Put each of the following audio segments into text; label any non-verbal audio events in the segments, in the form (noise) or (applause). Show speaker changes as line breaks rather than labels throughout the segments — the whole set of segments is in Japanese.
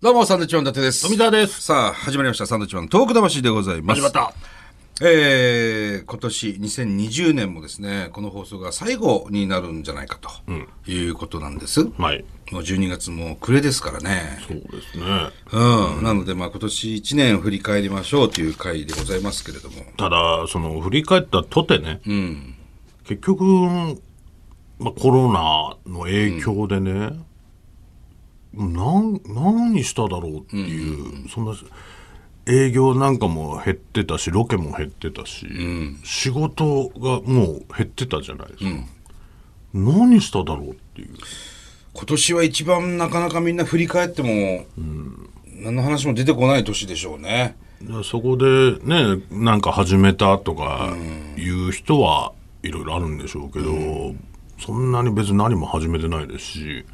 どうも、サンドウィッチマン伊達です。
富澤です。
さあ、始まりました。サンドウィッチマンのトーク魂でございます。
始まった。
えー、今年2020年もですね、この放送が最後になるんじゃないかと、いうことなんです。も
はい。
う12月も暮れですからね。
そうですね。
うん。なので、まあ今年1年を振り返りましょうという回でございますけれども。
ただ、その、振り返ったとてね、結局、まあ、コロナの影響でね、なん、何しただろうっていう、そんな、営業なんかも減ってたし、ロケも減ってたし、仕事がもう減ってたじゃないですか。何しただろうっていう。
今年は一番なかなかみんな振り返っても、何の話も出てこない年でしょうね。
でそこでねなんか始めたとかいう人はいろいろあるんでしょうけど、そんなに別に何も始めてないですし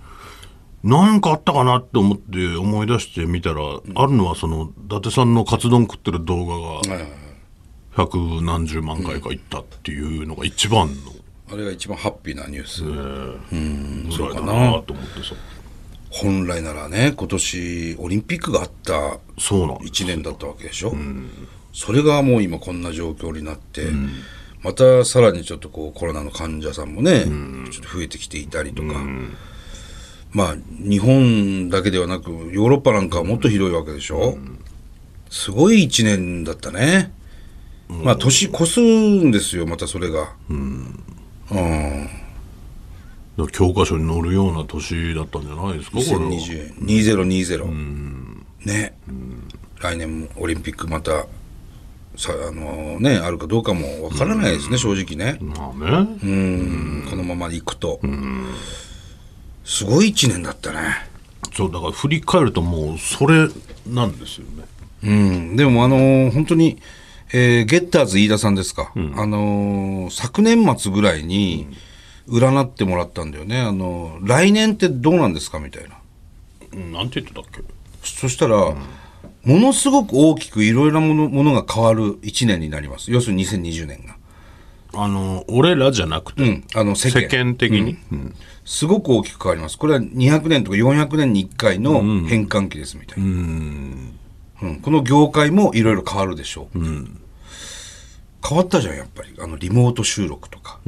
何かあったかなって思って思い出してみたら、あるのはその伊達さんのカツ丼食ってる動画が百何十万回かいったっていうのが一番の
あれが一番ハッピーなニュース。
ぐらいだなと思ってさ
本来ならね今年オリンピックがあった
そうなんです
1年だったわけでしょ、それがもう今こんな状況になって、またさらにちょっとこうコロナの患者さんもね、ちょっと増えてきていたりとか、まあ日本だけではなくヨーロッパなんかはもっとひどいわけでしょ、すごい1年だったね、まあ年越すんですよまたそれがうん
だから教科書に載るような年だったんじゃないですかこれは
2020 2020ね来年もオリンピックまたさあのねあるかどうかもわからないですね正直ね
まあね、
うんこのままいくとすごい1年だったね
そうだから振り返るともうそれなんですよね
うんでもあのー本当にえーゲッターズ飯田さんですか、あのー昨年末ぐらいに占ってもらったんだよね、あのー来年ってどうなんですかみたいな
なんて言ってたっけ
そしたら、ものすごく大きくいろいろなものものが変わる1年になります。要するに2020年が。
あの俺らじゃなくて、
うん。あの世間
世間的に、うん
すごく大きく変わります。これは200年とか400年に1回の変換期ですみたいな。うんこの業界もいろいろ変わるでしょう、変わったじゃん、やっぱり。あの、リモート収録とか。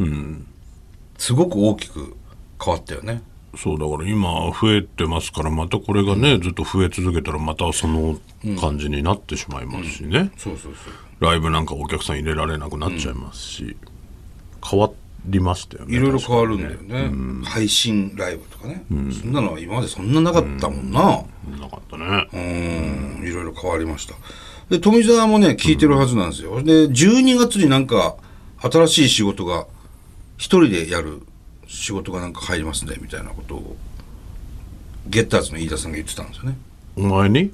すごく大きく変わったよね。
そうだから今増えてますからまたこれがね、ずっと増え続けたらまたその感じになってしまいますしね、
そうそうそう。
ライブなんかお客さん入れられなくなっちゃいますし、変わりましたよね
いろいろ変わるん
確
だ
か
よね。配信ライブとかね、そんなのは今までそんななかったもんな。
にねなかったね、
うんいろいろ変わりました。で、富澤もね、聞いてるはずなんですよ。で、12月になんか、新しい仕事が、一人でやる仕事がなんか入りますね、みたいなことを、ゲッターズの飯田さんが言ってたんですよね。
お前に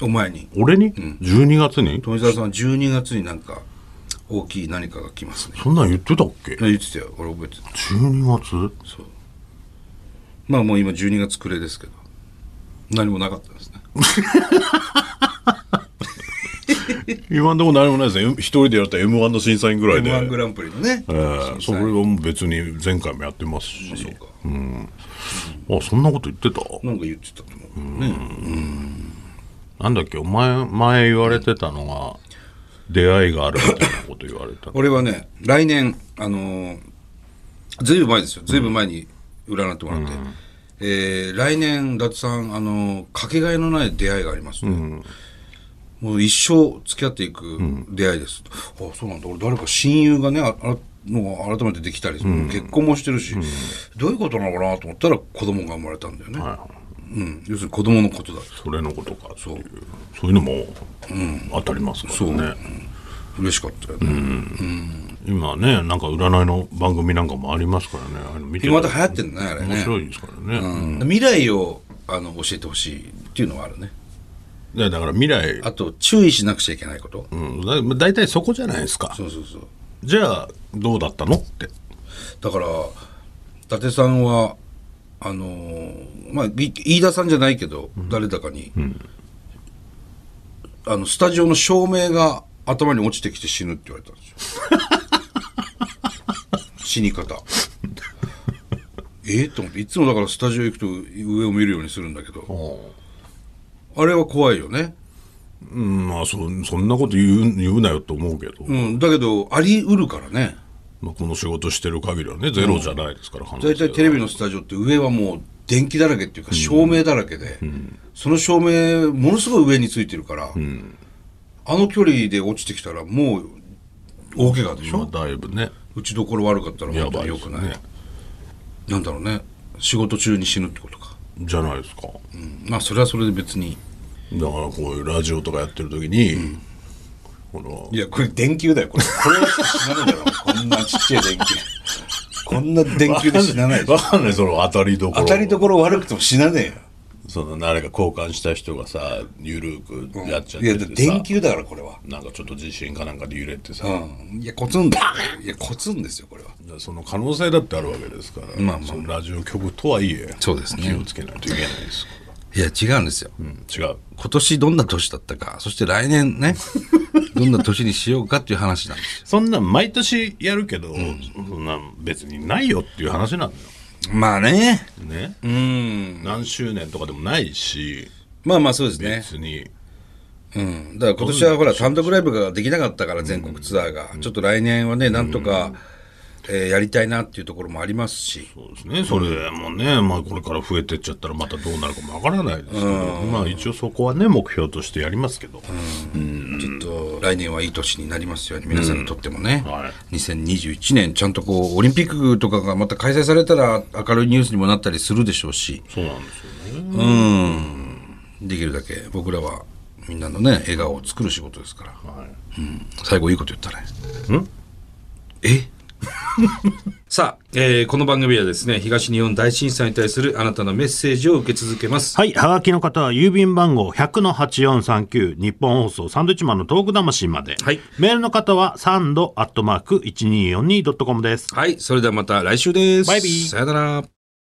お前に。
俺に、12月に
富澤さんは12月になんか、大きい何かが来ますね。
そんなん言ってたっけ
言ってたよ。俺覚えてた。
12月
そう。まあもう今12月暮れですけど、何もなかったですね。
今んとこ何もないですね。M- 一人でやった M1 の審査員ぐらいで。
M1 グランプリのね。
えーそれはもう別に前回もやってますし。
そうか。
あ、そんなこと言ってた
なんか言ってたと思うけどね。。
なんだっけお前、前言われてたのが、出会いがあるみたいなこと言わ (laughs) れた
俺はね来年あのーずいぶん前ですよずいぶん前に占ってもらって、えー来年伊達さんあのーかけがえのない出会いがありますね、もう一生付き合っていく出会いです、あそうなんだ俺誰か親友がねああのが改めてできたり、結婚もしてるし、どういうことなのかなと思ったら子供が生まれたんだよね、うん、要するに子供のことだ
それのことか、そういう。そういうのも、当たりますからね。
嬉しかったよね、
今ね、なんか占いの番組なんかもありますからね。ああいうの見て
今また
た
流行ってんだねあれね
面白いですからね。
うん未来をあの教えてほしいっていうのはあるね
でだから未来、
あと注意しなくちゃいけないこと、
うん、だだいたいそこじゃないですか。
そうそうそう
じゃあ、どうだったのって。
だから伊達さんはあのーまあい飯田さんじゃないけど、誰だかに、あのスタジオの照明が頭に落ちてきて死ぬって言われたんですよ死に方えーと思っていつもだからスタジオ行くと上を見るようにするんだけど
う
あ
ん
れは怖いよね。
うん、まあそそんなこと言う言うなよと思うけど、
うん、だけど、あり得るからね。
まあ、この仕事してる限りはねゼロじゃないですから、可能性
大体テレビのスタジオって上はもう電気だらけっていうか照明だらけで、その照明ものすごい上についてるから、あの距離で落ちてきたらもう大怪我でしょ、
まあ、だいぶね
打ちどころ悪かったら
や
本当
ば
に
い
良
です
く
よ
ない
ね
なんだろうね仕事中に死ぬってことか、
じゃないですか、
うんまあそれはそれで別に
だからこういうラジオとかやってる時に、この
いやこれ電球だよこれこれは死なないだろこんなちっちゃい電球こんな電球で死なない
わかんないその当たり (laughs) どころ
当たりどころ悪くても死なねえよ
その誰か交換した人がさゆるくやっちゃっ
いや
て
だ
て
っ
さ、
て電球だからこれは
なんかちょっと地震かなんかで揺れてさ、
うんいやコツンだいやコツンですよこれは
その可能性だってあるわけですから、
まあまあ
そのラジオ局とはいえ
そうですね
気をつけないといけないです、
いや違うんですよ、
うん、違う
今年どんな年だったかそして来年 (laughs) ねどんな年にしようかっていう話なんです
そんなん毎年やるけど、そんなん別にないよっていう話なのよ
よまあね
ね、
うん
何周年とかでもないし
まあまあそうですね、
別に
うん、だから今年はほら単独ライブができなかったから全国ツアーが、ちょっと来年はねなんとか、えーやりたいなっていうところもありますし
そうですねそれもね、まあ、これから増えてっちゃったらまたどうなるかもわからないですけど、まあ一応そこはね目標としてやりますけど、
ちょっと来年はいい年になりますように皆さんにとってもね、
うんはい
2021年ちゃんとこうオリンピックとかがまた開催されたら明るいニュースにもなったりするでしょうし、
そうなんですよね
できるだけ僕らはみんなのね笑顔を作る仕事ですから、
はい
うん最後いいこと言ったねえ
(laughs) さあ、えーこの番組はですね、東日本大震災に対するあなたのメッセージを受け続けます。
はい。はがきの方は、郵便番号100-8439、日本放送、サンドイッチマンのトーク魂まで。
はい
メールの方は、サンドアットマーク 1242.com です。
はい、それではまた来週です。
バイビー
さよなら。